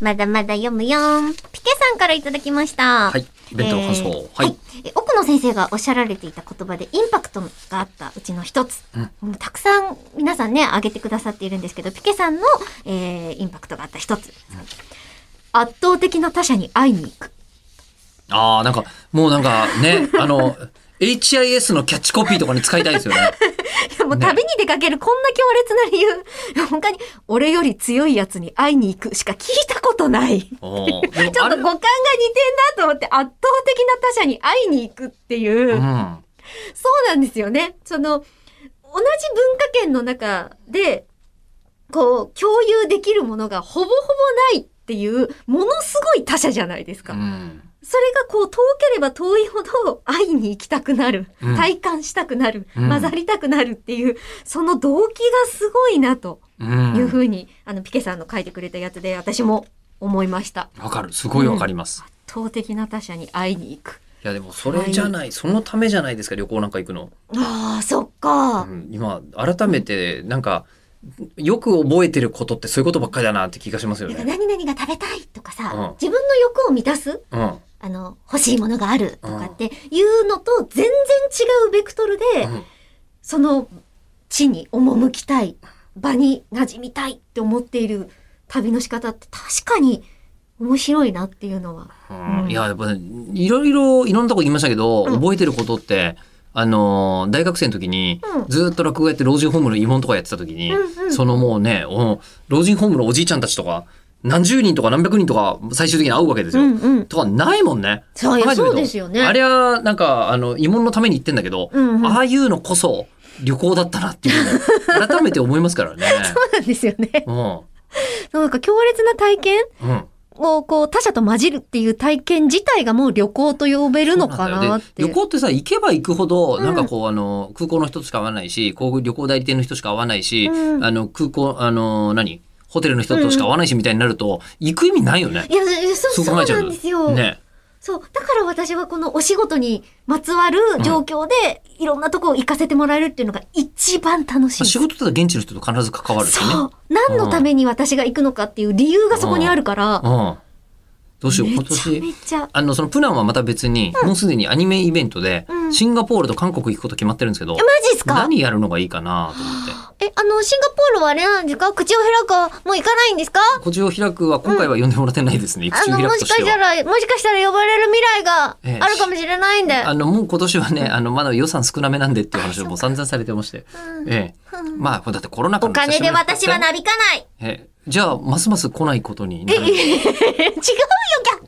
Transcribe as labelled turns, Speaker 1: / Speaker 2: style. Speaker 1: まだまだ読むよん。ピケさんからいただきました。
Speaker 2: はい弁当感想はい
Speaker 1: え奥野先生がおっしゃられていた言葉でインパクトがあったうちの一つ。うんたくさん皆さんね、挙げてくださっているんですけど、ピケさんの、えーインパクトがあった一つ。圧倒的な他者に会いに行く。
Speaker 2: ああ、なんか、もうなんかね、あの、HIS のキャッチコピーとかに使いたいですよね。
Speaker 1: いやもう
Speaker 2: ね
Speaker 1: 旅に出かけるこんな強烈な理由。い や他に、俺より強いやつに会いに行くしか聞いたことない。
Speaker 2: おー
Speaker 1: ちょっと五感が似てんなと思って圧倒的な他者に会いに行くっていう、
Speaker 2: うん。
Speaker 1: そうなんですよね。その、同じ文化圏の中で、こう、共有できるものがほぼほぼないっていう、ものすごい他者じゃないですか。
Speaker 2: うん。
Speaker 1: それがこう、遠ければ遠いほど会いに行きたくなる、
Speaker 2: うん
Speaker 1: 体感したくなる、
Speaker 2: うん
Speaker 1: 混ざりたくなるっていう、その動機がすごいなと
Speaker 2: うん
Speaker 1: いうふうに、あの、ピケさんの書いてくれたやつで、私も思いました。
Speaker 2: わかる。すごいわかります。
Speaker 1: 圧倒的な他者に会いに行く。
Speaker 2: いや、でもそれじゃない、そのためじゃないですか、旅行なんか行くの。
Speaker 1: ああ、そっ
Speaker 2: う
Speaker 1: か。
Speaker 2: ん今、改めて、なんか、よく覚えてることってそういうことばっかりだなって気がしますよ
Speaker 1: なんか
Speaker 2: ね。
Speaker 1: 何々が食べたいとかさ、
Speaker 2: うん
Speaker 1: 自分の欲を満たす、
Speaker 2: うん。
Speaker 1: あの、欲しいものがあるとかっていうのと全然違うベクトルで、
Speaker 2: うん
Speaker 1: その地に赴きたい、場に馴染みたいって思っている旅の仕方って確かに面白いなっていうのは。
Speaker 2: うんいや、やっぱ、ね、いろいろ、いろんなとこ行きましたけど、
Speaker 1: うん
Speaker 2: 覚えてることって、あのー、大学生の時に
Speaker 1: うん、
Speaker 2: ずっと落語やって老人ホームの慰問とかやってた時に、
Speaker 1: うんうん
Speaker 2: そのもうね、お老人ホームのおじいちゃんたちとか、何十人とか何百人とか最終的に会うわけですよ。
Speaker 1: うんうん
Speaker 2: とかないもんね。
Speaker 1: そういや
Speaker 2: 考えてみると
Speaker 1: そうですよね
Speaker 2: あれは、なんか、あの、慰問のために行ってんだけど、
Speaker 1: うんうん
Speaker 2: ああいうのこそ旅行だったなっ ていうのを改めて思いますからね。
Speaker 1: そうなんですよね。
Speaker 2: うん。
Speaker 1: なんか強烈な体験
Speaker 2: うん。
Speaker 1: をこう他者と混じるっていう体験自体がもう旅行と呼べるのかなっ
Speaker 2: で
Speaker 1: てい
Speaker 2: 旅
Speaker 1: う。
Speaker 2: 行ってさ行けば行くほど、
Speaker 1: うん
Speaker 2: なんかこうあの空港の人しか会わないし航空旅行代理店の人しか会わないし、
Speaker 1: うん
Speaker 2: あの空港あの何ホテルの人としか会わないしみたいになると、行く意味ないよね。
Speaker 1: いや、そ
Speaker 2: そ
Speaker 1: う
Speaker 2: う
Speaker 1: そ
Speaker 2: 考
Speaker 1: う
Speaker 2: えちゃう
Speaker 1: な
Speaker 2: と
Speaker 1: んですよ。
Speaker 2: ね。
Speaker 1: そう。だから私はこのお仕事にまつわる状況で、いろんなとこ行かせてもらえるっていうのが一番楽しい。
Speaker 2: 仕事だったら現地の人と必ず関わるしね。
Speaker 1: そう。何のために私が行くのかっていう理由がそこにあるから、
Speaker 2: うん。どうしよう今
Speaker 1: めちゃ
Speaker 2: 年
Speaker 1: めちゃ。
Speaker 2: あのそのプランはまた別に、もうすでにアニメイベントで、
Speaker 1: うん
Speaker 2: シンガポールと韓国行くこと決まってるんですけど、
Speaker 1: マジっすか
Speaker 2: 何やるのがいいかなと思って。
Speaker 1: え、あの、シンガポールはあれなんですか口を開くもう行かないんですか
Speaker 2: こちを開くは今回は呼んでもらってないですね。
Speaker 1: あ
Speaker 2: 育
Speaker 1: の、
Speaker 2: 中開
Speaker 1: も
Speaker 2: く
Speaker 1: し
Speaker 2: と
Speaker 1: か
Speaker 2: して
Speaker 1: し
Speaker 2: は
Speaker 1: た。ら、もしかしたら呼ばれる未来が
Speaker 2: ええ
Speaker 1: あるかもしれないんで。
Speaker 2: あの、もう今年はね、あの、まだ予算少なめなんでっていう話をもう散々されてまして。ええ。まあ、これだってコロナ禍
Speaker 1: お
Speaker 2: の
Speaker 1: 金で私は
Speaker 2: な
Speaker 1: なびかない。
Speaker 2: ええじゃあ、ますます来ないことになる。
Speaker 1: 違うよ、逆